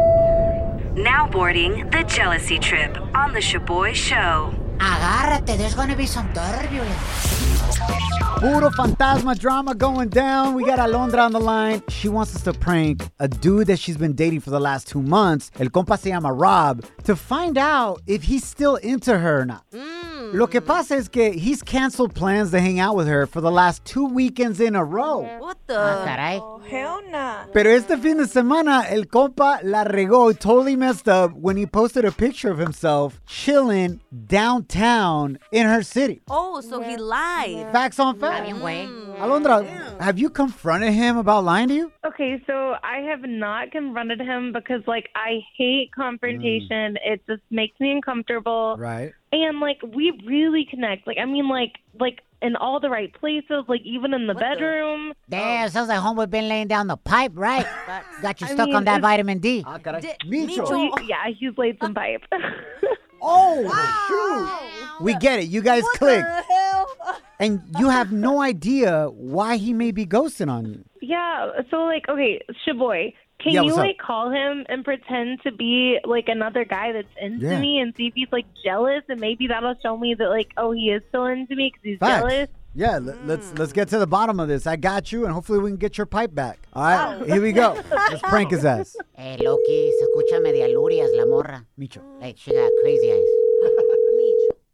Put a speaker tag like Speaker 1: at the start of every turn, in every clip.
Speaker 1: Now boarding the jealousy trip on the Shaboy Show.
Speaker 2: Agárrate, there's gonna be some turbulence.
Speaker 3: Puro Fantasma drama going down. We got Alondra on the line. She wants us to prank a dude that she's been dating for the last two months. El compa se llama Rob. To find out if he's still into her or not. Lo que pasa es que he's canceled plans to hang out with her for the last two weekends in a row.
Speaker 4: What
Speaker 2: Ah,
Speaker 4: the?
Speaker 2: caray.
Speaker 3: Pero este fin de semana, el compa la regó, totally messed up when he posted a picture of himself chilling downtown in her city.
Speaker 4: Oh, so he lied.
Speaker 3: Facts on
Speaker 2: Está bien,
Speaker 3: facts.
Speaker 2: güey.
Speaker 3: Alondra, have you confronted him about lying to you?
Speaker 5: Okay, so I have not confronted him because, like, I hate confrontation. It just makes me uncomfortable.
Speaker 3: Mm. Right.
Speaker 5: And like, we really connect. Like, I mean, like, like in all the right places. Like, even in the bedroom.
Speaker 2: Damn, sounds like homeboy been laying down the pipe, right? Got you stuck
Speaker 5: mean,
Speaker 2: on that
Speaker 5: it's-
Speaker 2: vitamin D.
Speaker 3: Ah, caray.
Speaker 4: Di-
Speaker 3: Micho.
Speaker 4: Micho.
Speaker 5: He- yeah, he's laid some pipe.
Speaker 3: Oh, shoot. We get it. You guys clicked.
Speaker 4: Oh. the hell?
Speaker 3: And you have no idea why he may be ghosting on you.
Speaker 5: yeah. So like, okay, Shaboy, can
Speaker 3: Yeah,
Speaker 5: you
Speaker 3: what's up?
Speaker 5: like call him and pretend to be like another guy that's into
Speaker 3: Yeah.
Speaker 5: me and see if he's like jealous and maybe that'll show me that like, oh, he is still into me because he's
Speaker 3: Facts.
Speaker 5: jealous.
Speaker 3: Yeah, le- let's let's get to the bottom of this. I got you, and hopefully we can get your pipe back. All right, here we go. Let's prank his ass.
Speaker 2: Eh, Loki, se escucha media lurias la morra.
Speaker 3: Micho.
Speaker 2: Like, she got crazy eyes.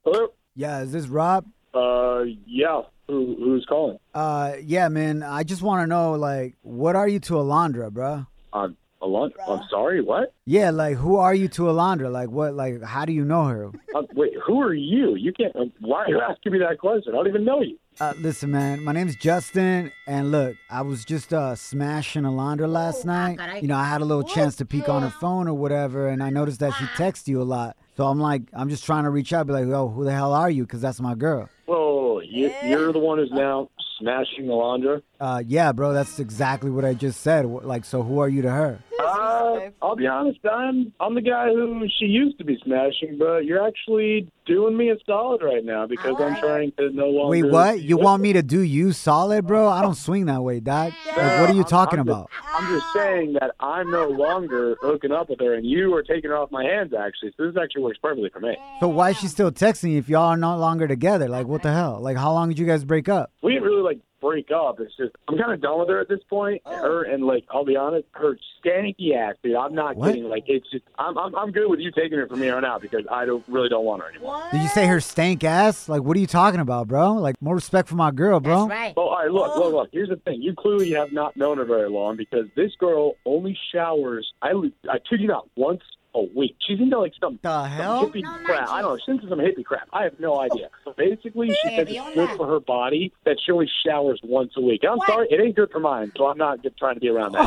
Speaker 6: Hello.
Speaker 3: Yeah, is this Rob?
Speaker 6: Uh, yeah. Who, who's calling?
Speaker 3: Uh, yeah, man. I just want to know, like, what are you to Alondra, bruh?
Speaker 6: I'm Alon. I'm sorry. What?
Speaker 3: Yeah, like, who are you to Alondra? Like, what? Like, how do you know her?
Speaker 6: Um, wait. Who are you? You can't. um, Why are you asking me that question? I don't even know you.
Speaker 3: Uh, listen, man. My name's Justin, and look, I was just uh smashing Alondra last night.
Speaker 2: caray.
Speaker 3: You know, I had a little chance to peek on her phone or whatever, and I noticed that she texts you a lot. So I'm like, I'm just trying to reach out, be like, yo, who the hell are you? Because that's my girl.
Speaker 6: Whoa. You, You're the one who's now smashing Alondra.
Speaker 3: Uh, yeah, bro, that's exactly what I just said. Wh- Like, so who are you to her?
Speaker 6: Uh, I'll be honest. I'm I'm the guy who she used to be smashing, but you're actually doing me a solid right now because I'm trying to no longer.
Speaker 3: Wait, what?
Speaker 6: be
Speaker 3: You
Speaker 6: with
Speaker 3: want
Speaker 6: her.
Speaker 3: me to do you solid, bro? I don't swing that way, dog. Like, what are you talking
Speaker 6: I'm just-
Speaker 3: about?
Speaker 6: I'm just saying that I'm no longer hooking up with her, and you are taking her off my hands. Actually, so this actually works perfectly for me.
Speaker 3: So why is she still texting you if y'all are no longer together? Like, what the hell? Like, how long did you guys break up?
Speaker 6: we didn't really like break up. It's just I'm kind of done with her at this point. Her and like I'll be honest, her stanky ass, dude. I'm not
Speaker 3: What?
Speaker 6: kidding. Like it's just I'm, I'm I'm good with you taking her from here on out because I don't really don't want her anymore.
Speaker 3: Did you say her stank ass? Like, what are you talking about, bro? Like, more respect for my girl, bro.
Speaker 2: That's right.
Speaker 6: Well, all right, look, look, look. Here's the thing. You clearly have not known her very long because this girl only showers. I I kid you not, once a week. She's into like some
Speaker 3: The
Speaker 6: some
Speaker 3: hell?
Speaker 6: hippie crap. I don't know. She's into some hippie crap. I have no idea. But basically, she
Speaker 2: Yeah,
Speaker 6: says
Speaker 2: Viola.
Speaker 6: it's good for her body that she only showers once a week. And I'm sorry, it ain't good for mine, so I'm not just trying to be around that.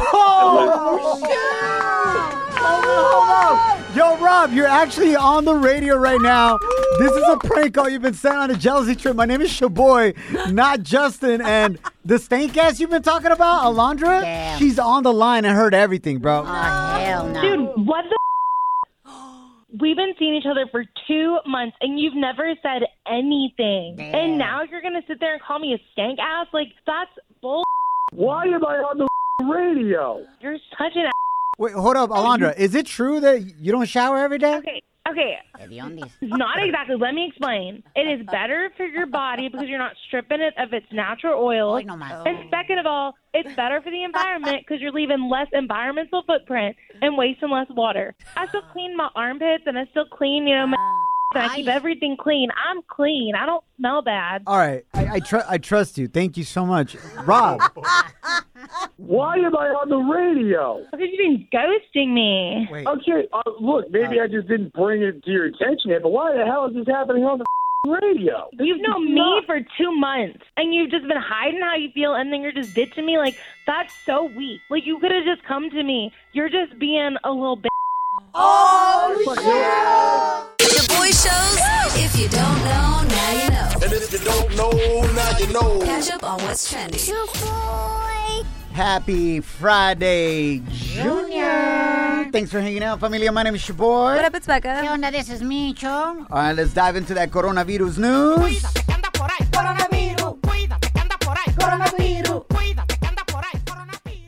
Speaker 3: Oh, Yo, Rob, you're actually on the radio right now. This is a prank call you've been sent on a jealousy trip. My name is Shaboy, not Justin. And the stank ass you've been talking about, Alondra,
Speaker 2: Damn.
Speaker 3: she's on the line and heard everything, bro.
Speaker 2: Oh, hell no.
Speaker 5: Dude, what the? We've been seeing each other for two months, and you've never said anything. And now you're gonna sit there and call me a stank ass? Like that's bull.
Speaker 6: Why am I on the radio?
Speaker 5: You're such an. Ass.
Speaker 3: Wait, hold up, Alondra. Is it true that you don't shower every day?
Speaker 5: Okay, okay,
Speaker 2: Hediondis.
Speaker 5: not exactly. Let me explain. It is better for your body because you're not stripping it of its natural oil.
Speaker 2: Hoy nomás.
Speaker 5: And second of all, it's better for the environment because you're leaving less environmental footprint and wasting less water. I still clean my armpits and I still clean, you know, my and I keep everything clean. I'm clean. I don't smell bad.
Speaker 3: All right, I I, tr- I trust you. Thank you so much, Rob.
Speaker 6: Why am I on the radio?
Speaker 5: Because you've been ghosting me.
Speaker 3: Wait,
Speaker 6: Okay, uh, look, maybe I just didn't bring it to your attention yet, but why the hell is this happening on the radio.
Speaker 5: You've known me for two months and you've just been hiding how you feel and then you're just ditching me. Like, that's so weak. Like, you could have just come to me. You're just being a little bit.
Speaker 1: The boy shows. If you don't know, now you know.
Speaker 7: And if you don't know, now you know.
Speaker 1: Catch up on what's trending.
Speaker 3: Happy Friday, Junior. Thanks for hanging out, familia. My name is Shabor.
Speaker 4: What up, it's
Speaker 2: ¿Qué
Speaker 4: Becca.
Speaker 2: onda? This is me, Cho.
Speaker 3: All right, let's dive into that coronavirus news.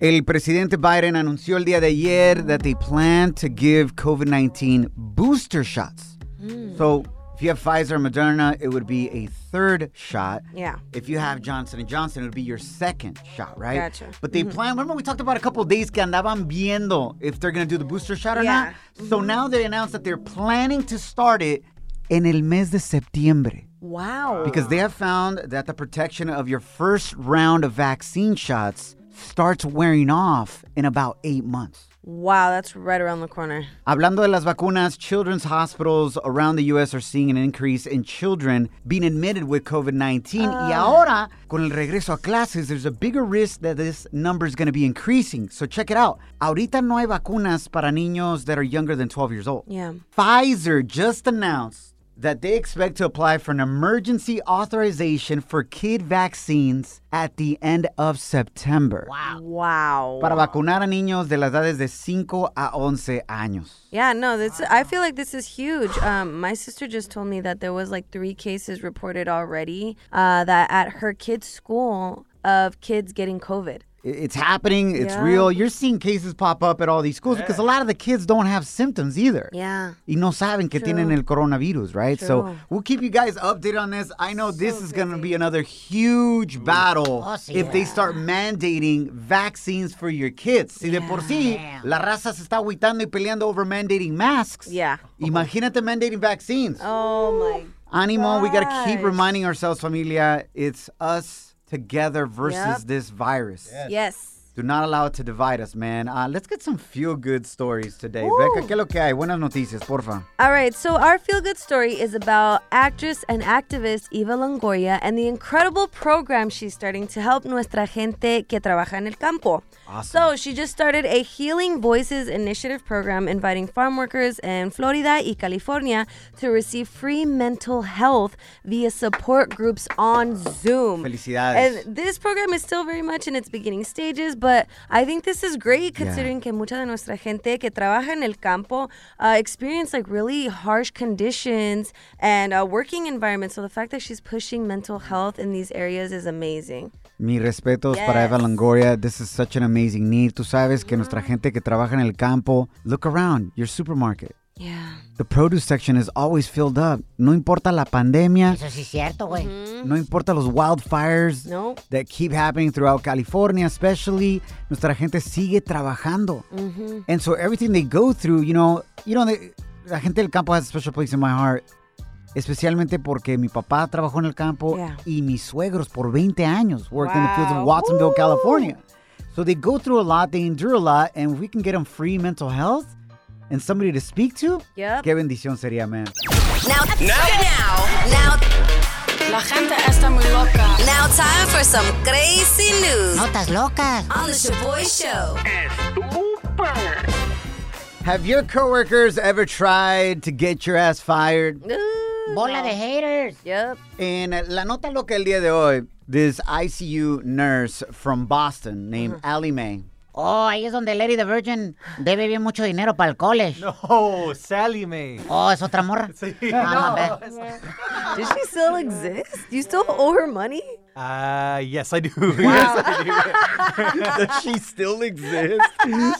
Speaker 3: El presidente Biden anunció el día de ayer that they plan to give COVID-19 booster shots.
Speaker 4: Mm.
Speaker 3: So, if you have Pfizer and Moderna, it would be a third shot.
Speaker 4: Yeah.
Speaker 3: If you have Johnson and Johnson, it would be your second shot, right?
Speaker 4: Gotcha.
Speaker 3: But they plan. Remember, we talked about a couple of days que andaban viendo if they're gonna do the booster shot or
Speaker 4: Yeah.
Speaker 3: not. So now they announced that they're planning to start it en el mes de septiembre
Speaker 4: Wow.
Speaker 3: because they have found that the protection of your first round of vaccine shots starts wearing off in about eight months.
Speaker 4: Wow, that's right around the corner.
Speaker 3: Hablando de las vacunas, children's hospitals around the U.S. are seeing an increase in children being admitted with COVID 19. y ahora, con el regreso a clases, there's a bigger risk that this number is going to be increasing. So check it out. Ahorita no hay vacunas para niños that are younger than 12 years old.
Speaker 4: Yeah.
Speaker 3: Pfizer just announced that they expect to apply for an emergency authorization for kid vaccines at the end of September. Wow.
Speaker 4: Wow.
Speaker 3: Para vacunar a niños de las edades de 5 a 11 años.
Speaker 4: Yeah, no, this I feel like this is huge. Um, my sister just told me that there was like three cases reported already uh, that at her kid's school of kids getting COVID.
Speaker 3: I- It's happening. It's
Speaker 4: Yeah.
Speaker 3: real. You're seeing cases pop up at all these schools because a lot of the kids don't have symptoms either.
Speaker 4: Yeah.
Speaker 3: Y no saben que tienen el coronavirus, right? So
Speaker 4: True.
Speaker 3: we'll keep you guys updated on this. I know this is going to be another huge battle
Speaker 4: Oh,
Speaker 3: if they start mandating vaccines for your kids. Si de por sí la raza se está aguitando y peleando over mandating masks.
Speaker 4: Yeah.
Speaker 3: Imagínate mandating vaccines.
Speaker 4: Oh my.
Speaker 3: Animo, we got to keep
Speaker 4: gosh.
Speaker 3: reminding ourselves, familia, it's us together versus this virus.
Speaker 4: Yes.
Speaker 3: Do not allow it to divide us, man. Uh, let's get some feel good stories today. Becca, ¿qué es lo que hay? Buenas noticias, porfa.
Speaker 4: All right, so our feel good story is about actress and activist Eva Longoria and the incredible program she's starting to help nuestra gente que trabaja en el campo. So she just started a Healing Voices initiative program inviting farm workers in Florida y California to receive free mental health via support groups on Zoom.
Speaker 3: Felicidades.
Speaker 4: And this program is still very much in its beginning stages, but I think this is great considering que mucha de nuestra gente que trabaja en el campo uh, experience like really harsh conditions and uh, working environments. So the fact that she's pushing mental health in these areas is amazing.
Speaker 3: Mi respetos para Eva Longoria. This is such an amazing need. Tú sabes que nuestra gente que trabaja en el campo, look around, your supermarket.
Speaker 4: Yeah.
Speaker 3: The produce section is always filled up. No importa la pandemia,
Speaker 2: Eso sí es cierto, güey.
Speaker 3: no importa los wildfires
Speaker 4: Mm-hmm. Nope.
Speaker 3: that keep happening throughout California, especially. Nuestra gente sigue trabajando.
Speaker 4: Mm-hmm.
Speaker 3: And so everything they go through, you know, you know, they, la gente del campo has a special place in my heart. Especialmente porque mi papá trabajó en el campo
Speaker 4: Yeah.
Speaker 3: y mis suegros por 20 años worked in the fields in Watsonville, California. So they go through a lot, they endure a lot, and if we can get them free mental health and somebody to speak to.
Speaker 4: Yep.
Speaker 3: Qué bendición sería, man.
Speaker 1: Now, now, now,
Speaker 8: La gente está muy loca.
Speaker 1: now, time for some crazy news
Speaker 2: Notas locas.
Speaker 1: on the Shaboy Show.
Speaker 3: Have your coworkers ever tried to get your ass fired?
Speaker 4: Ooh.
Speaker 2: Bola de haters.
Speaker 4: Yep.
Speaker 3: En la nota loca el día de hoy, this ICU nurse from Boston named
Speaker 9: Uh-huh.
Speaker 3: Allie Mae.
Speaker 2: Oh, ahí es donde Lady the Virgin debe bien mucho dinero para el college.
Speaker 9: Oh, Sally Mae.
Speaker 2: Oh, es otra morra.
Speaker 9: Uh,
Speaker 2: Ah, no, ve.
Speaker 4: Does she still exist? You still owe her money?
Speaker 9: Uh, yes, I do. Yes, I do.
Speaker 3: Does she still exist?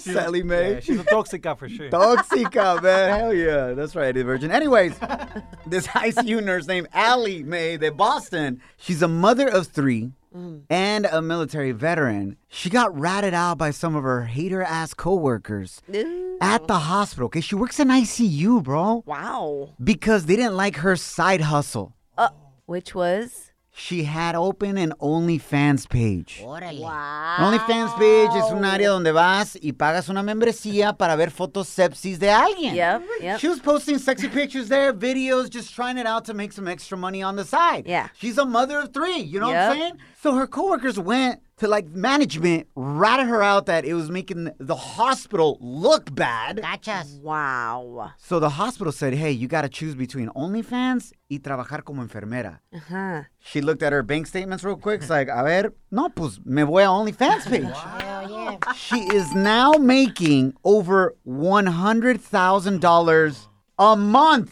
Speaker 3: Sally
Speaker 9: Yeah, she's a toxic gal for sure.
Speaker 3: Toxica, man. Hell yeah. That's right, Virgin. Anyways, this ICU nurse named Allie Mae de Boston, she's a mother of three
Speaker 9: Mm.
Speaker 3: and a military veteran. She got ratted out by some of her hater ass coworkers
Speaker 4: Ooh.
Speaker 3: at the hospital. Okay, she works in ICU, bro,
Speaker 4: Wow.
Speaker 3: because they didn't like her side hustle.
Speaker 4: Uh, which was?
Speaker 3: she had open an OnlyFans page.
Speaker 2: Órale.
Speaker 3: An OnlyFans page es un área donde vas y pagas una membresía para ver fotos sepsis de alguien.
Speaker 4: Yep, yep.
Speaker 3: She was posting sexy pictures there, videos, just trying it out to make some extra money on the side.
Speaker 4: Yeah.
Speaker 3: She's a mother of three, you know
Speaker 4: Yep.
Speaker 3: what I'm saying? So her coworkers went to like management, ratted her out that it was making the hospital look bad.
Speaker 2: Gachas.
Speaker 4: Wow.
Speaker 3: So the hospital said, hey, you got to choose between OnlyFans y trabajar como enfermera.
Speaker 4: Huh.
Speaker 3: She looked at her bank statements real quick. It's like, a ver, no, pues me voy a OnlyFans page.
Speaker 2: Hell yeah.
Speaker 3: She is now making over $100,000 a month.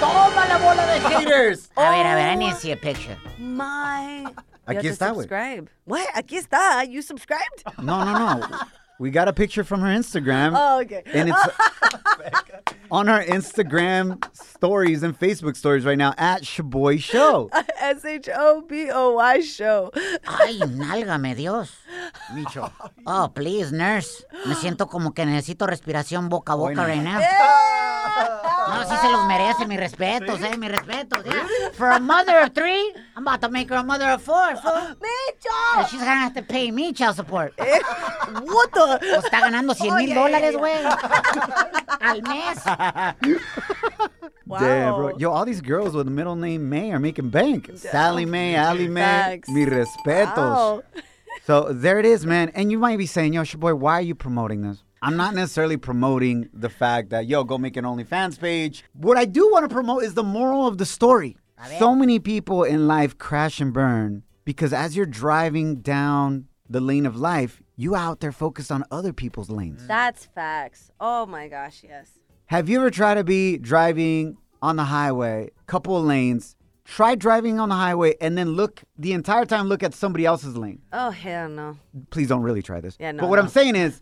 Speaker 3: Toma la bola de haters.
Speaker 2: A ver, a ver, I need to see a picture.
Speaker 4: My.
Speaker 3: Aquí
Speaker 4: You have to
Speaker 3: está, güey.
Speaker 4: Subscribe. What? Aquí está. You subscribed?
Speaker 3: No, no, no. We got a picture from her Instagram.
Speaker 4: Oh, okay.
Speaker 3: and it's on her Instagram stories and Facebook stories right now at Shaboy Show.
Speaker 4: S H O B O Y show.
Speaker 2: Ay, nálgame, Dios.
Speaker 3: Micho.
Speaker 2: Oh, please, nurse. Me siento como que necesito respiración boca a boca right now. No, sí se los merece, mis respetos, eh, mis respetos. yeah. For a mother of three, I'm about to make her a mother of four, fool. And she's gonna have to pay me child support.
Speaker 4: Eh, What the?
Speaker 2: Pues está ganando 100 mil dólares, güey. Al mes.
Speaker 4: Wow.
Speaker 3: Damn, bro. Yo, all these girls with the middle name May are making bank. Sally May, Ally May.
Speaker 4: oh, Facts.
Speaker 3: Mi respetos.
Speaker 4: Wow.
Speaker 3: So there it is, man. And you might be saying, yo, Shaboy, why are you promoting this? I'm not necessarily promoting the fact that, yo, go make an OnlyFans page. What I do want to promote is the moral of the story. So many people in life crash and burn because as you're driving down the lane of life, you out there focused on other people's lanes.
Speaker 4: That's facts. Oh my gosh, yes.
Speaker 3: Have you ever tried to be driving on the highway, couple of lanes, try driving on the highway and then look the entire time look at somebody else's lane?
Speaker 4: Oh hell no.
Speaker 3: Please don't really try this.
Speaker 4: Yeah, no,
Speaker 3: but what
Speaker 4: no.
Speaker 3: I'm saying is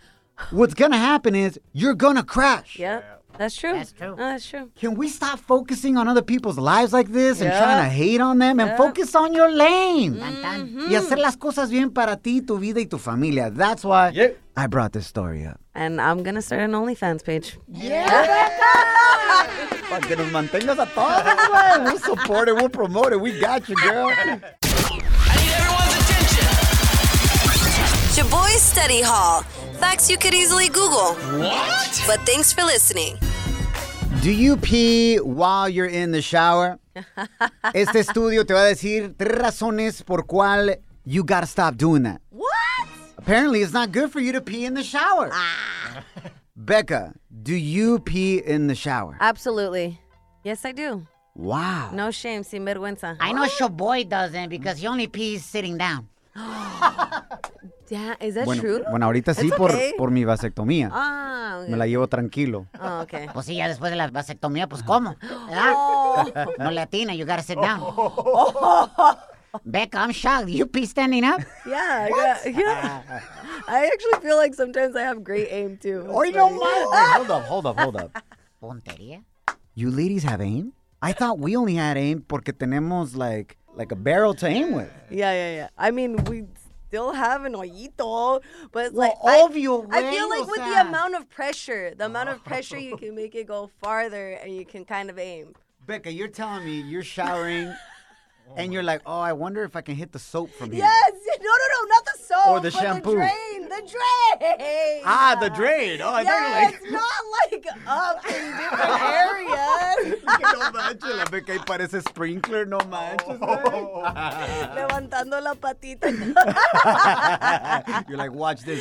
Speaker 3: what's going to happen is you're going to crash.
Speaker 4: Yep. That's true.
Speaker 2: That's true.
Speaker 4: No, that's true.
Speaker 3: Can we stop focusing on other people's lives like this and
Speaker 4: Yeah. Mm-hmm.
Speaker 3: trying to hate on them and focus on your lane?
Speaker 2: Tan, tan.
Speaker 3: Y hacer las cosas bien para ti, tu vida y tu familia. That's why
Speaker 9: Yep.
Speaker 3: I brought this story up.
Speaker 4: And I'm gonna start an OnlyFans page.
Speaker 3: Para que nos mantengas a todos, güey. We'll support it, we'll promote it. We got you, girl.
Speaker 1: Shaboy Study Hall. Facts you could easily Google. What? But thanks for listening.
Speaker 3: Do you pee while you're in the shower? Este estudio te va a decir tres razones por cual you gotta stop doing that.
Speaker 4: What?
Speaker 3: Apparently, it's not good for you to pee in the shower.
Speaker 4: Ah.
Speaker 3: Becca, do you pee in the shower?
Speaker 4: Absolutely. Yes, I do.
Speaker 3: Wow.
Speaker 4: No shame, sinvergüenza.
Speaker 2: I know your boy doesn't because he only pees sitting down.
Speaker 4: Yeah, is that
Speaker 3: bueno,
Speaker 4: true?
Speaker 3: bueno, ahorita sí
Speaker 4: It's
Speaker 3: por,
Speaker 4: okay.
Speaker 3: por mi vasectomía.
Speaker 4: Ah, okay.
Speaker 3: Me la llevo tranquilo.
Speaker 4: Oh, okay.
Speaker 2: Pues sí, ya después de la vasectomía, pues ¿cómo? ¿Verdad?
Speaker 4: Oh.
Speaker 2: No le atina, you gotta sit down. Becca, I'm shocked. You pee standing up?
Speaker 4: Yeah, yeah, yeah. I actually feel like sometimes I have great aim too. It's
Speaker 3: Hoy no
Speaker 4: funny.
Speaker 3: más. Wait, Hold up, hold up, hold up.
Speaker 2: Puntería.
Speaker 3: You ladies have aim? I thought we only had aim porque tenemos like like a barrel to aim with.
Speaker 4: Yeah, yeah, yeah. I mean, we still have an hoyito, but
Speaker 3: Well,
Speaker 4: like I-
Speaker 3: obvio,
Speaker 4: I,
Speaker 3: güey,
Speaker 4: feel
Speaker 3: o
Speaker 4: like with
Speaker 3: sea.
Speaker 4: the amount of pressure, the amount of pressure, you can make it go farther, and you can kind of aim.
Speaker 3: Becca, you're telling me you're showering and you're like, oh, I wonder if I can hit the soap from here.
Speaker 4: Yes, no, no, no, not the soap
Speaker 3: Or the
Speaker 4: but
Speaker 3: shampoo.
Speaker 4: the drain, the drain.
Speaker 3: Ah, the drain. Oh, I
Speaker 4: Yes,
Speaker 3: thought
Speaker 4: not like up in different areas.
Speaker 3: you were like, no manches, la Becca ahí parece sprinkler, no manches. güey."
Speaker 4: Levantando la patita.
Speaker 3: eh." you're like, watch this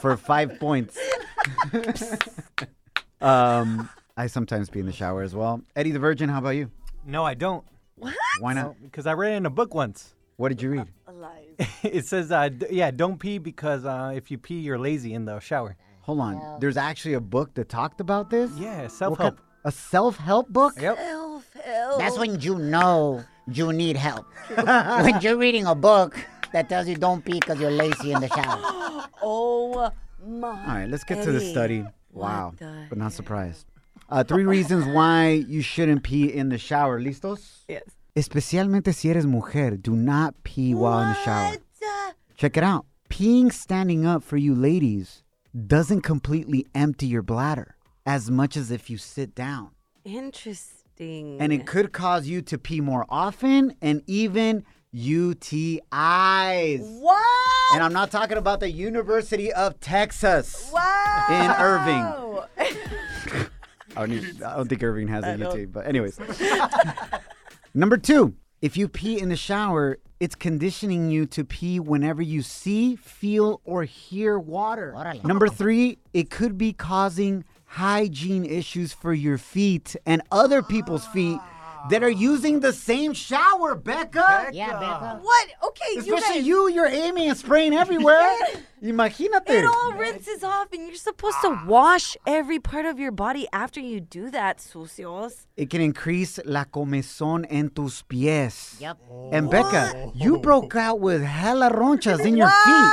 Speaker 3: for five points. um, I sometimes be in the shower as well. Eddie the Virgin, how about you?
Speaker 9: No, I don't.
Speaker 3: Why not?
Speaker 9: Because I read it in a book once.
Speaker 3: What did you read?
Speaker 4: Uh, Lies.
Speaker 9: It says, uh, d- yeah, don't pee because uh, if you pee, you're lazy in the shower.
Speaker 3: Hold on. There's actually a book that talked about this.
Speaker 9: Yeah,
Speaker 3: What
Speaker 9: self
Speaker 3: kind-
Speaker 9: help.
Speaker 3: A self-help book.
Speaker 9: Yep.
Speaker 4: Elf, elf.
Speaker 2: That's when you know you need help. when you're reading a book that tells you don't pee because you're lazy in the shower.
Speaker 4: Oh my.
Speaker 3: All right, let's get to the
Speaker 4: Eddie,
Speaker 3: study. Wow.
Speaker 4: the
Speaker 3: But not surprised. Uh, three reasons why you shouldn't pee in the shower. ¿Listos?
Speaker 4: Yes.
Speaker 3: Especialmente si eres mujer, do not pee while in the shower. Check it out. Peeing standing up for you ladies doesn't completely empty your bladder as much as if you sit down.
Speaker 4: Interesting. Interesting.
Speaker 3: and it could cause you to pee more often and even UTIs.
Speaker 4: what?
Speaker 3: And I'm not talking about the University of Texas
Speaker 4: wow.
Speaker 3: in Irving. I don't, need- I don't think Irving has a UT, but anyways. Number two, if you pee in the shower, it's conditioning you to pee whenever you see, feel, or hear water.
Speaker 2: Órale.
Speaker 3: Number three, it could be causing hygiene issues for your feet and other people's feet that are using the same shower, Becca.
Speaker 2: Yeah, Becca.
Speaker 4: What? Okay, you
Speaker 3: Especially
Speaker 4: guys.
Speaker 3: you, you're aiming and spraying everywhere. Imagínate.
Speaker 4: It all rinses off, and you're supposed to wash every part of your body after you do that, sucios.
Speaker 3: It can increase la comezón en tus pies.
Speaker 2: Yep.
Speaker 3: And Becca, you broke out with hella ronchas in your feet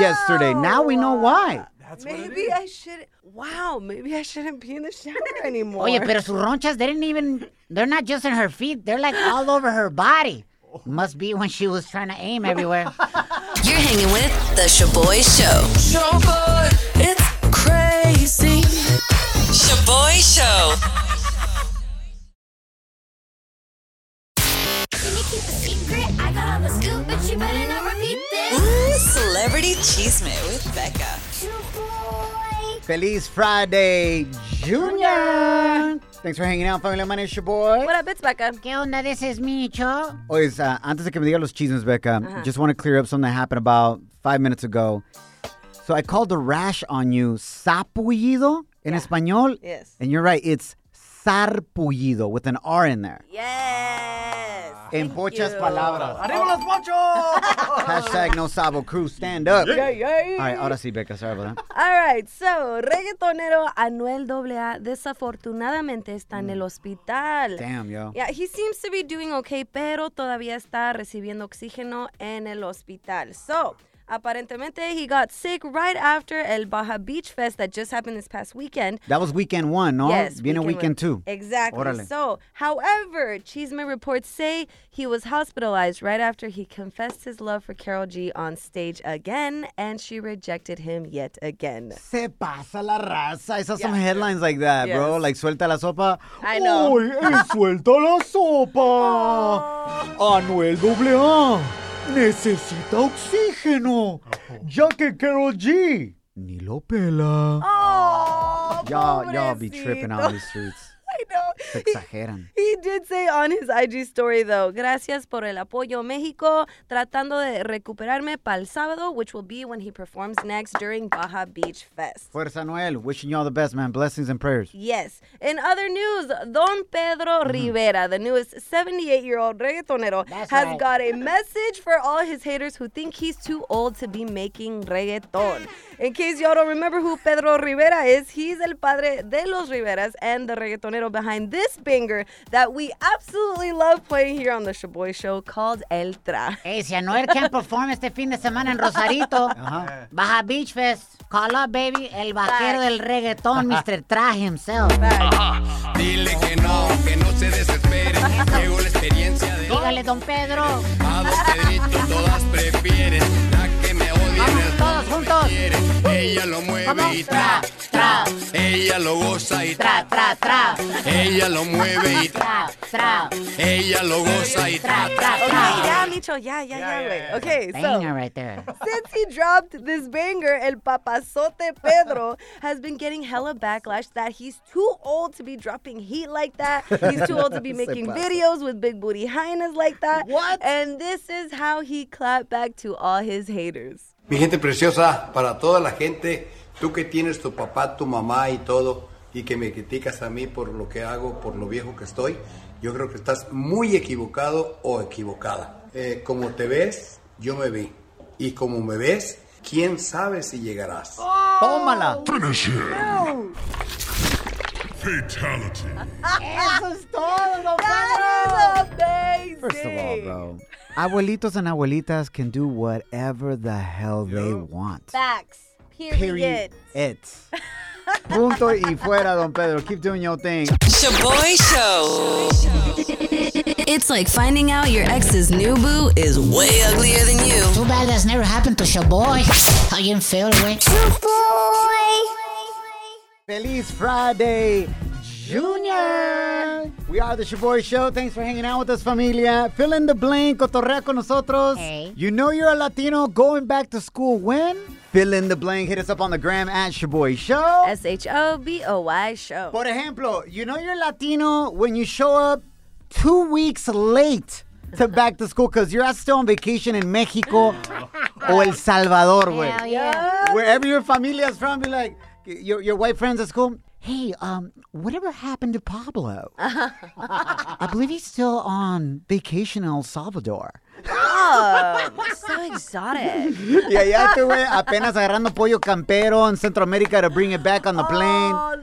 Speaker 3: yesterday. Now we know why.
Speaker 4: maybe I should. Wow, maybe I shouldn't be in the shower anymore.
Speaker 2: Oye, pero sus ronchas, they didn't even, they're not just in her feet, they're like all over her body. Must be when she was trying to aim everywhere.
Speaker 1: You're hanging with The Shaboy Show. Shaboy, it's crazy. Shaboy Show. Ooh, Celebrity Cheesemate with Becca.
Speaker 3: Feliz Friday, Junior. Thanks for hanging out, family. My name is your boy.
Speaker 4: What up, it's Becca.
Speaker 2: ¿Qué onda? This is me, Cho.
Speaker 3: Oye, uh, antes de que me diga los chismes, Becca, just want to clear up something that happened about five minutes ago. So I called the rash on you sapullido in español.
Speaker 4: Yes.
Speaker 3: And you're right, it's sarpullido with an R in there.
Speaker 4: Yes.
Speaker 3: En
Speaker 4: Thank
Speaker 3: pochas
Speaker 4: you.
Speaker 3: palabras.
Speaker 9: ¡Arriba los mochos!
Speaker 3: Hashtag no sabo crew, stand up. All right, ahora sí, Becca, sorry about that.
Speaker 4: All right, so reggaetonero Anuel AA desafortunadamente está en el hospital.
Speaker 3: Mm. Damn, yo.
Speaker 4: Yeah, he seems to be doing okay, pero todavía está recibiendo oxígeno en el hospital. So, aparentemente he got sick right after el Baja Beach Fest that just happened this past weekend.
Speaker 3: That was weekend one, no?
Speaker 4: Yes,
Speaker 3: Oh, Viene weekend,
Speaker 4: weekend
Speaker 3: two.
Speaker 4: Exactly.
Speaker 3: Órale.
Speaker 4: So, however, Cheeseman reports say he was hospitalized right after he confessed his love for Carol G on stage again, and she rejected him yet again.
Speaker 3: Se pasa la raza. I saw some headlines like that, bro.
Speaker 4: Yes.
Speaker 3: Like, suelta la sopa.
Speaker 4: I know.
Speaker 3: Uy, eh, suelta la sopa. Anuel AA necesita oxígeno, ya que Carol G ni lo pela.
Speaker 4: Oh,
Speaker 3: y'all, y'all be tripping
Speaker 4: pobrecito.
Speaker 3: on these streets.
Speaker 4: I know.
Speaker 3: Se exageran.
Speaker 4: He did say on his IG story though, gracias por el apoyo México, tratando de recuperarme pa'l sábado, which will be when he performs next during Baja Beach Fest.
Speaker 3: Fuerza, Anuel. Wishing y'all the best, man. Blessings and prayers.
Speaker 4: Yes. In other news, Don Pedro Rivera, the newest 78 year old reggaetonero,
Speaker 2: That's
Speaker 4: has
Speaker 2: right.
Speaker 4: got a message for all his haters who think he's too old to be making reggaeton. In case y'all don't remember who Pedro Rivera is, he's el padre de los Riveras and the reggaetonero behind this banger that we absolutely love playing here on the Shaboy Show called El Tra.
Speaker 2: Hey, si Anuel can perform este fin de semana en Rosarito, Baja Beach Fest, call up, baby, el vaquero del reggaetón, Mr. Tra himself.
Speaker 7: Dile que no, que no se desespere. Llegó la experiencia de
Speaker 2: Dígale, don Pedro.
Speaker 7: a dos pedritos, todas prefieren. La que me odia en el
Speaker 2: Todos juntos.
Speaker 7: quiere. Ella lo mueve y tra, tra. Ella lo goza y tra,
Speaker 2: Tra, tra, tra.
Speaker 7: Ella lo mueve y tra.
Speaker 2: Tra, tra.
Speaker 7: Ella lo goza y
Speaker 2: Tra,
Speaker 7: tra.
Speaker 2: tra,
Speaker 4: Okay,
Speaker 2: tra.
Speaker 4: yeah, Micho, yeah, yeah, yeah, wait. Okay, so.
Speaker 2: Banger right there.
Speaker 4: Since he dropped this banger, El Papazote Pedro has been getting hella backlash that he's too old to be dropping heat like that. He's too old to be making videos with big booty hyenas like that.
Speaker 3: What?
Speaker 4: And this is how he clapped back to all his haters.
Speaker 10: Mi gente preciosa, para toda la gente, tú que tienes tu papá, tu mamá y todo, y que me criticas a mí por lo que hago, por lo viejo que estoy, yo creo que estás muy equivocado o equivocada. Eh, como te ves, yo me vi. Y como me ves, quién sabe si llegarás.
Speaker 3: Tómala.
Speaker 4: That is amazing.
Speaker 3: First of all, bro, abuelitos and abuelitas can do whatever the hell they want.
Speaker 4: Facts. Period.
Speaker 3: Period. It. Punto y fuera, don Pedro. Keep doing your thing.
Speaker 1: Shaboy Show. It's like finding out your ex's new boo is way uglier than you.
Speaker 2: Too bad that's never happened to your boy. Alguien feo, el güey.
Speaker 3: Feliz Friday, Junior. We are the Shaboy Show. Thanks for hanging out with us, familia. Fill in the blank, cotorrea con nosotros. You know you're a Latino going back to school when? Fill in the blank. Hit us up on the gram at Shaboy Show.
Speaker 4: S H O B O Y Show.
Speaker 3: Por ejemplo, you know you're Latino when you show up two weeks late to back to school because you're still on vacation in Mexico or El Salvador, güey. Wherever your familia's from, be like, your, your white friends at school, hey, um, whatever happened to Pablo? I believe he's still on vacation in El Salvador.
Speaker 4: Oh, so exotic.
Speaker 3: Y allá este güey apenas agarrando pollo campero en Centroamérica to bring it back on the plane.
Speaker 4: Oh,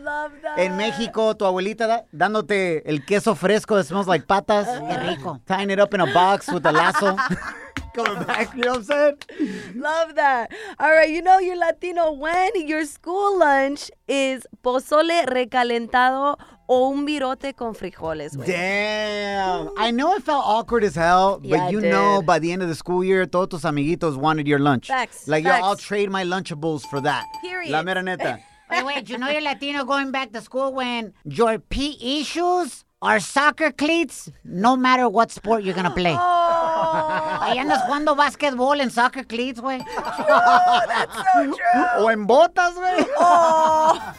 Speaker 3: En México, tu abuelita da- dándote el queso fresco that smells like patas. Qué rico. Tying it up in a box with a lazo. Coming back, you know what I'm saying?
Speaker 4: Love that. All right, you know you're Latino when your school lunch is pozole recalentado o un virote con frijoles. güey.
Speaker 3: Damn. I know it felt awkward as hell, but
Speaker 4: Yeah, it
Speaker 3: you know
Speaker 4: did.
Speaker 3: by the end of the school year, todos tus amiguitos wanted your lunch.
Speaker 2: Facts,
Speaker 3: Like, yo, I'll
Speaker 2: facts.
Speaker 3: trade my Lunchables for that.
Speaker 2: Period.
Speaker 3: La mera neta.
Speaker 2: Wait, wait, you know you're Latino going back to school when your PE shoes are soccer cleats, no matter what sport you're gonna play. Ahí andas jugando basketball en soccer cleats, güey.
Speaker 3: O en botas, güey.
Speaker 4: Oh.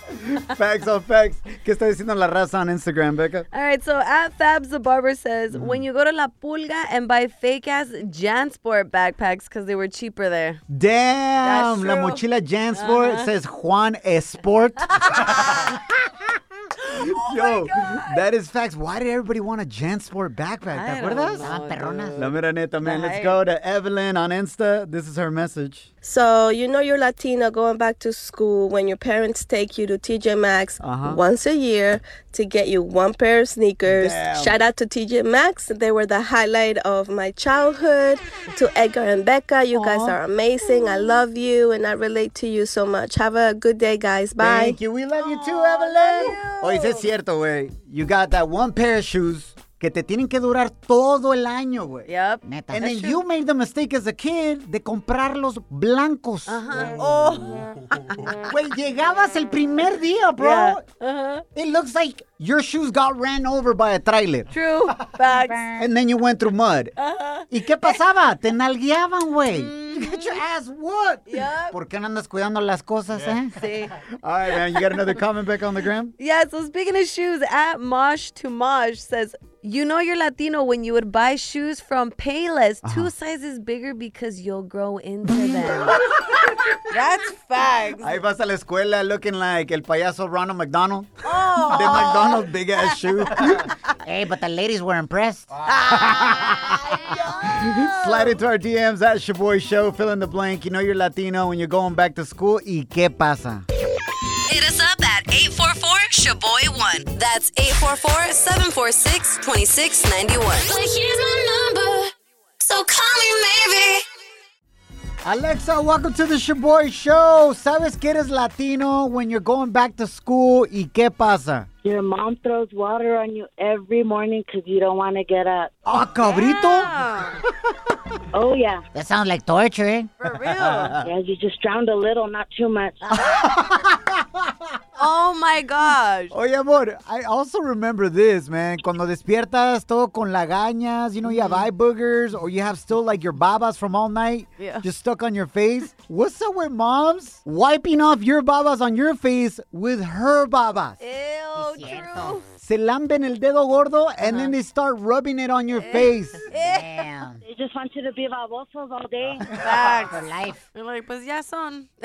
Speaker 3: Facts on facts. ¿Qué está diciendo la raza on Instagram, Becca?
Speaker 4: All right, so at Fabs the Barber says,
Speaker 11: Mm-hmm.
Speaker 4: when you go to La Pulga and buy fake ass Jansport backpacks because they were cheaper there.
Speaker 3: Damn,
Speaker 4: That's
Speaker 3: la
Speaker 4: true. Oh
Speaker 3: mochila Jansport
Speaker 4: Uh-huh.
Speaker 3: says Juan Esport. Yo, that is facts. Why did everybody want a Jansport backpack? ¿Te acuerdas? La mera neta, man. Let's go to Evelyn on Insta. This is her message.
Speaker 11: So you know you're Latina going back to school when your parents take you to TJ Maxx
Speaker 3: Uh-huh.
Speaker 11: once a year to get you one pair of sneakers.
Speaker 12: Damn.
Speaker 11: Shout out to TJ Maxx. They were the highlight of my childhood. To Edgar and Becca, you guys are amazing. I love you and I relate to you so much. Have a good day, guys. Bye.
Speaker 3: Thank you. We love you too, Evelyn. Oye, sí es cierto, güey. You got that one pair of shoes que te tienen que durar todo el año, güey.
Speaker 4: Yep.
Speaker 2: Neta.
Speaker 3: And then you made the mistake as a kid de comprar los blancos. Ajá. Güey, llegabas el primer día, bro. It looks like your shoes got ran over by a trailer.
Speaker 4: True. Facts.
Speaker 3: And then you went through mud. ¿Y qué pasaba? Te nalgueaban, güey. You got your ass whooped. ¿Por qué no andas cuidando las cosas, eh? All right, man. You got another comment back on the gram?
Speaker 4: Yeah, so speaking of shoes, at Mosh to Mosh says, you know you're Latino when you would buy shoes from Payless
Speaker 11: Uh-huh.
Speaker 4: two sizes bigger because you'll grow into them. That's facts.
Speaker 3: Ahí vas a la escuela looking like el payaso Ronald McDonald.
Speaker 4: Oh.
Speaker 3: The McDonald's big ass shoe.
Speaker 2: Hey, but the ladies were impressed.
Speaker 3: Mm-hmm. Slide into our DMs at Shaboy Show. Fill in the blank. You know you're Latino when you're going back to school. ¿Y qué pasa?
Speaker 1: Hit us up at 844-SHABOY1. That's 844-746-2691. But here's my number, so call me maybe.
Speaker 3: Alexa, welcome to the Shaboy Show. ¿Sabes que eres Latino when you're going back to school? ¿Y qué pasa?
Speaker 13: Your mom throws water on you every morning because you don't want to get up.
Speaker 3: Oh, cabrito.
Speaker 13: Oh, yeah.
Speaker 2: That sounds like torture, eh?
Speaker 13: For real? yeah, you just drowned a little, not too much.
Speaker 4: Oh my gosh.
Speaker 3: Oye, amor, I also remember this, man. Cuando despiertas todo con lagañas, you know, you have eye boogers or you have still like your babas from all night
Speaker 4: Yeah.
Speaker 3: just stuck on your face. What's up with moms wiping off your babas on your face with her babas?
Speaker 4: Eh, Ew, true.
Speaker 3: Se lamben el dedo gordo and then they start rubbing it on
Speaker 4: Eh.
Speaker 3: your face.
Speaker 2: Damn.
Speaker 13: They just want you to be babosos all day.
Speaker 4: Facts.
Speaker 2: For life.
Speaker 4: We're like, pues ya son.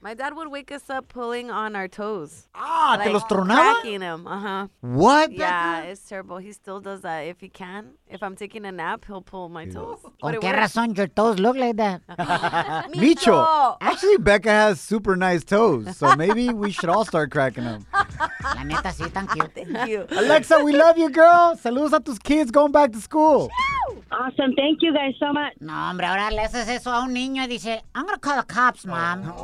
Speaker 4: My dad would wake us up pulling on our toes.
Speaker 3: Ah,
Speaker 4: like,
Speaker 3: ¿te los tronaba?
Speaker 4: Cracking him, uh-huh.
Speaker 3: What?
Speaker 4: Yeah, it's terrible. He still does that if he can. If I'm taking a nap, he'll pull my toes. But
Speaker 2: ¿Con
Speaker 4: it
Speaker 2: qué
Speaker 4: works.
Speaker 2: razón your toes look like that?
Speaker 3: Micho. Actually, Becca has super nice toes, so maybe we should all start cracking them.
Speaker 2: La neta sí, thank you.
Speaker 4: Thank you.
Speaker 3: Alexa, we love you, girl. Saludos a tus kids going back to school.
Speaker 13: awesome. Thank you guys so much.
Speaker 2: No, hombre, ahora le haces eso a un niño y dice, I'm gonna call the cops,
Speaker 4: Oh,
Speaker 2: mom.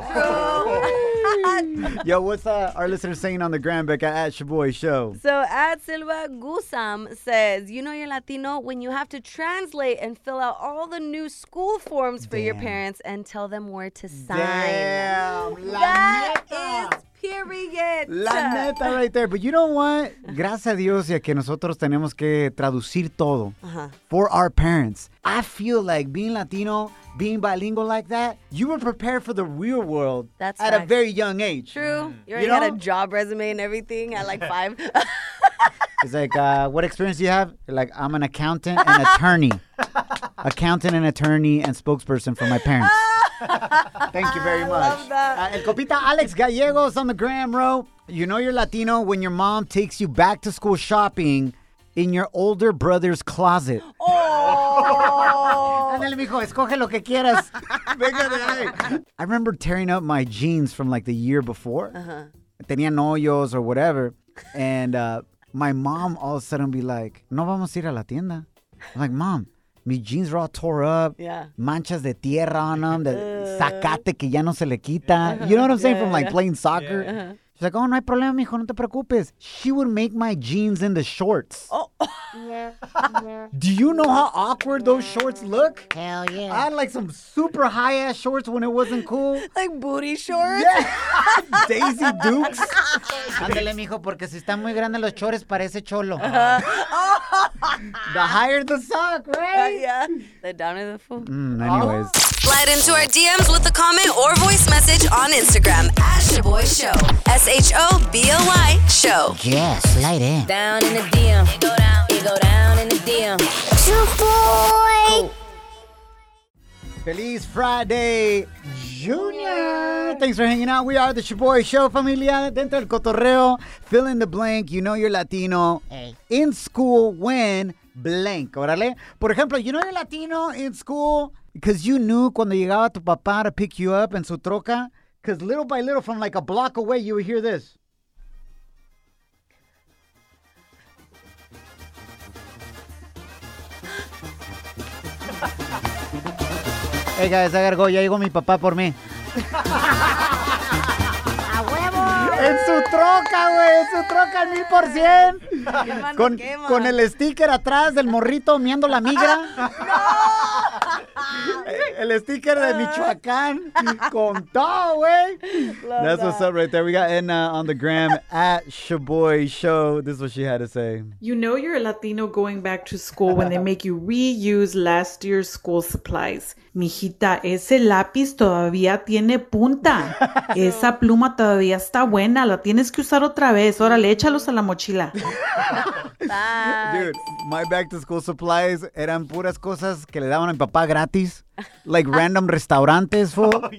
Speaker 3: Yo, what's uh, our listeners saying on the Grand Becca at Shaboy Show?
Speaker 4: So at Silva Gusam says, you know you're Latino when you have to translate and fill out all the new school forms for your parents and tell them where to sign.
Speaker 3: Damn,
Speaker 4: That is period.
Speaker 3: La neta, right there. But you know what? Gracias a Dios y a que nosotros tenemos que traducir todo
Speaker 4: Ajá.
Speaker 3: for our parents. I feel like being Latino, being bilingual like that, you were prepared for the real world
Speaker 4: That's
Speaker 3: at a
Speaker 4: facts.
Speaker 3: very young age.
Speaker 4: True.
Speaker 3: You
Speaker 4: You already got a
Speaker 3: know?
Speaker 4: job resume and everything at like five.
Speaker 3: It's like, uh, what experience do you have? Like, I'm an accountant and attorney. accountant and attorney and spokesperson for my parents. Thank you very much. Uh, el copita Alex Gallegos on the gram, bro. You know you're Latino when your mom takes you back to school shopping in your older brother's closet. Ándale, mijo, escoge lo que quieras. Venga de ahí. I remember tearing up my jeans from like the year before.
Speaker 4: Uh-huh.
Speaker 3: Tenían hoyos or whatever. And uh, my mom all of a sudden be like, no vamos a ir a la tienda. I'm like, mom, my jeans are all tore up.
Speaker 4: Yeah.
Speaker 3: Manchas de tierra on them. The sacate que ya no se le quita. You know what I'm saying?
Speaker 4: Yeah,
Speaker 3: From like
Speaker 4: yeah.
Speaker 3: playing soccer.
Speaker 4: Yeah. Uh-huh.
Speaker 3: She's like, oh, no hay problema, mijo, no te preocupes. She would make my jeans into shorts. Oh. Do you know how awkward those shorts look?
Speaker 2: Hell yeah.
Speaker 3: I had like some super high ass shorts when it wasn't cool.
Speaker 4: like booty shorts.
Speaker 3: Yeah. Daisy Dukes.
Speaker 2: Ándale, mijo, porque si están muy grandes los chores, parece cholo.
Speaker 3: The higher the sock,
Speaker 4: Uh,
Speaker 3: right?
Speaker 4: yeah. The down of the fool.
Speaker 3: Mm, anyways.
Speaker 1: Slide into our DMs with a comment or voice message on Instagram at Shaboy Show. S H O B O Y Show.
Speaker 2: Yes, slide in.
Speaker 1: Down in the DM. It go down. It go down in the DM. Shaboy.
Speaker 3: Feliz Friday, Junior. Thanks for hanging out. We are the Shaboy Show Familia. Dentro del cotorreo, fill in the blank. You know you're Latino.
Speaker 2: Hey.
Speaker 3: In school when blank, órale. Por ejemplo, you know you're Latino in school because you knew cuando llegaba tu papá to pick you up en su troca. Because little by little, from like a block away, you would hear this. Hey guys, I gotta go. Ya llegó mi papá por mí.
Speaker 2: ¡A huevo!
Speaker 3: En su troca, güey, en su troca al mil por cien.
Speaker 4: Quema,
Speaker 3: Con,
Speaker 4: no quema.
Speaker 3: con el sticker atrás del morrito miando la migra. Eh, El sticker de Michoacán. Con todo, güey.
Speaker 4: Love
Speaker 3: That's
Speaker 4: that.
Speaker 3: what's up right there. We got Edna on the gram at Shaboy Show. This is what she had to say.
Speaker 12: You know you're a Latino going back to school when they make you reuse last year's school supplies. Mijita, ese lápiz todavía tiene punta. Esa pluma todavía está buena, la tienes que usar otra vez. Órale, échalos a la mochila.
Speaker 3: Dude, my back to school supplies eran puras cosas que le daban a mi papá gratis. Like random restaurantes, fool.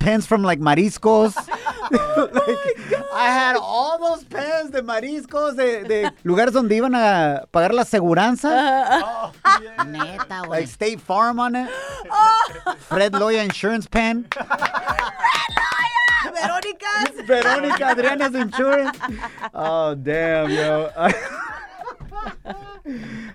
Speaker 3: Pens from like mariscos. Like, I had all those pens de mariscos, de, de lugares donde iban a pagar la seguranza.
Speaker 2: Neta, güey.
Speaker 3: Like State Farm on it. Fred Loya Insurance Pen.
Speaker 4: Verónicas.
Speaker 3: Veronica Adriana's Insurance. Oh, damn, yo.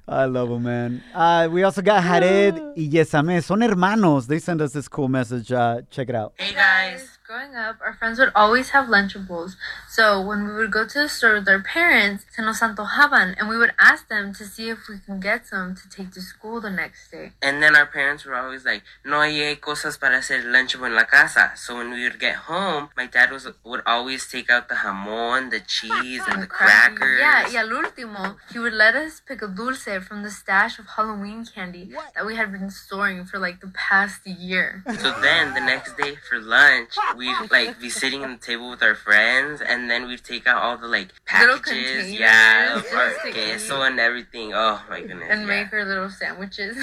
Speaker 3: I love him, man. Uh, we also got Jared y Yesame. Son hermanos. They sent us this cool message. Uh, check it out.
Speaker 14: Hey guys, growing up, our friends would always have Lunchables. So when we would go to the store with our parents, se nos antojaban, and we would ask them to see if we can get some to take to school the next day.
Speaker 15: And then our parents were always like, no hay cosas para hacer lunchable en la casa. So when we would get home, my dad was, would always take out the jamon, the cheese, and the crackers.
Speaker 14: Yeah, y al último, he would let us pick a dulce from the stash of Halloween candy that we had been storing for like the past year.
Speaker 15: So then the next day for lunch, we'd like be sitting at the table with our friends, and then we'd take out all the like
Speaker 14: Little
Speaker 15: packages,
Speaker 14: containers,
Speaker 15: yeah, of
Speaker 14: things
Speaker 15: our
Speaker 14: to
Speaker 15: queso
Speaker 14: eat.
Speaker 15: and everything. Oh my goodness.
Speaker 14: And make our little sandwiches.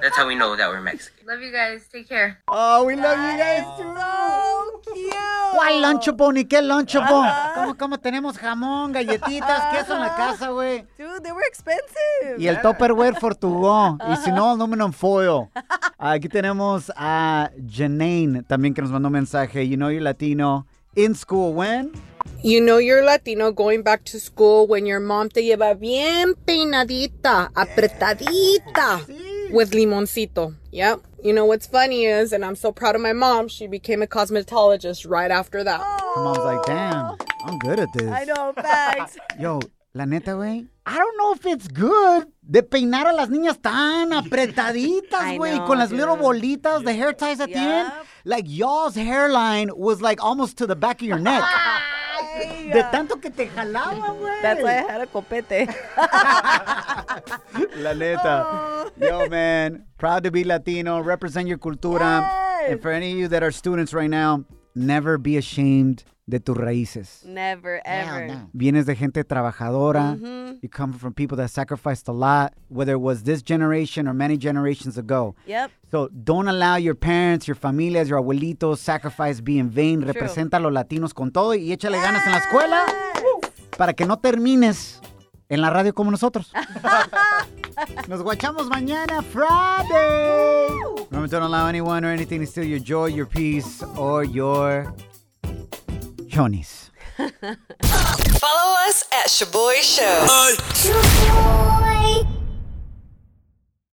Speaker 15: That's how we know that we're Mexican.
Speaker 14: Love you guys. Take care.
Speaker 3: Oh, we love you guys too.
Speaker 4: So cute.
Speaker 3: ¿Cuál lunchable ni qué lunchable? ¿Cómo, cómo tenemos jamón, galletitas, queso en la casa, güey?
Speaker 4: Dude, they were expensive.
Speaker 3: Y el Tupperware for to go. Y si no, aluminum foil. Aquí tenemos a Janine también que nos mandó un mensaje. You know you're Latino. In school when?
Speaker 16: You know you're Latino going back to school when your mom te lleva bien peinadita, apretadita, with limoncito. Yep. You know what's funny is, and I'm so proud of my mom, she became a cosmetologist right after that.
Speaker 3: My mom's like, damn, I'm good at this.
Speaker 16: I know, facts.
Speaker 3: Yo, la neta, güey. I don't know if it's good de peinar a las niñas tan apretaditas,
Speaker 4: I
Speaker 3: güey,
Speaker 4: know,
Speaker 3: con las little
Speaker 4: dude.
Speaker 3: bolitas, the hair ties at the end. Like, y'all's hairline was like almost to the back of your neck. De tanto que te jalaba, güey.
Speaker 4: That's why I had a copete.
Speaker 3: La neta. Yo, man, proud to be Latino, represent your cultura. And for any of you that are students right now, never be ashamed de tus raíces.
Speaker 4: Never, ever.
Speaker 3: Vienes de gente trabajadora.
Speaker 4: Mhm.
Speaker 3: You come from people that sacrificed a lot, whether it was this generation or many generations ago.
Speaker 4: Yep.
Speaker 3: So don't allow your parents, your familias, your abuelitos sacrifice be in vain. Representa a los latinos con todo y échale ganas en la escuela para que no termines en la radio como nosotros. Nos guachamos mañana, Friday. Remember, don't allow anyone or anything to steal your joy, your peace, or your chonies.
Speaker 17: Follow us at Shaboy Show.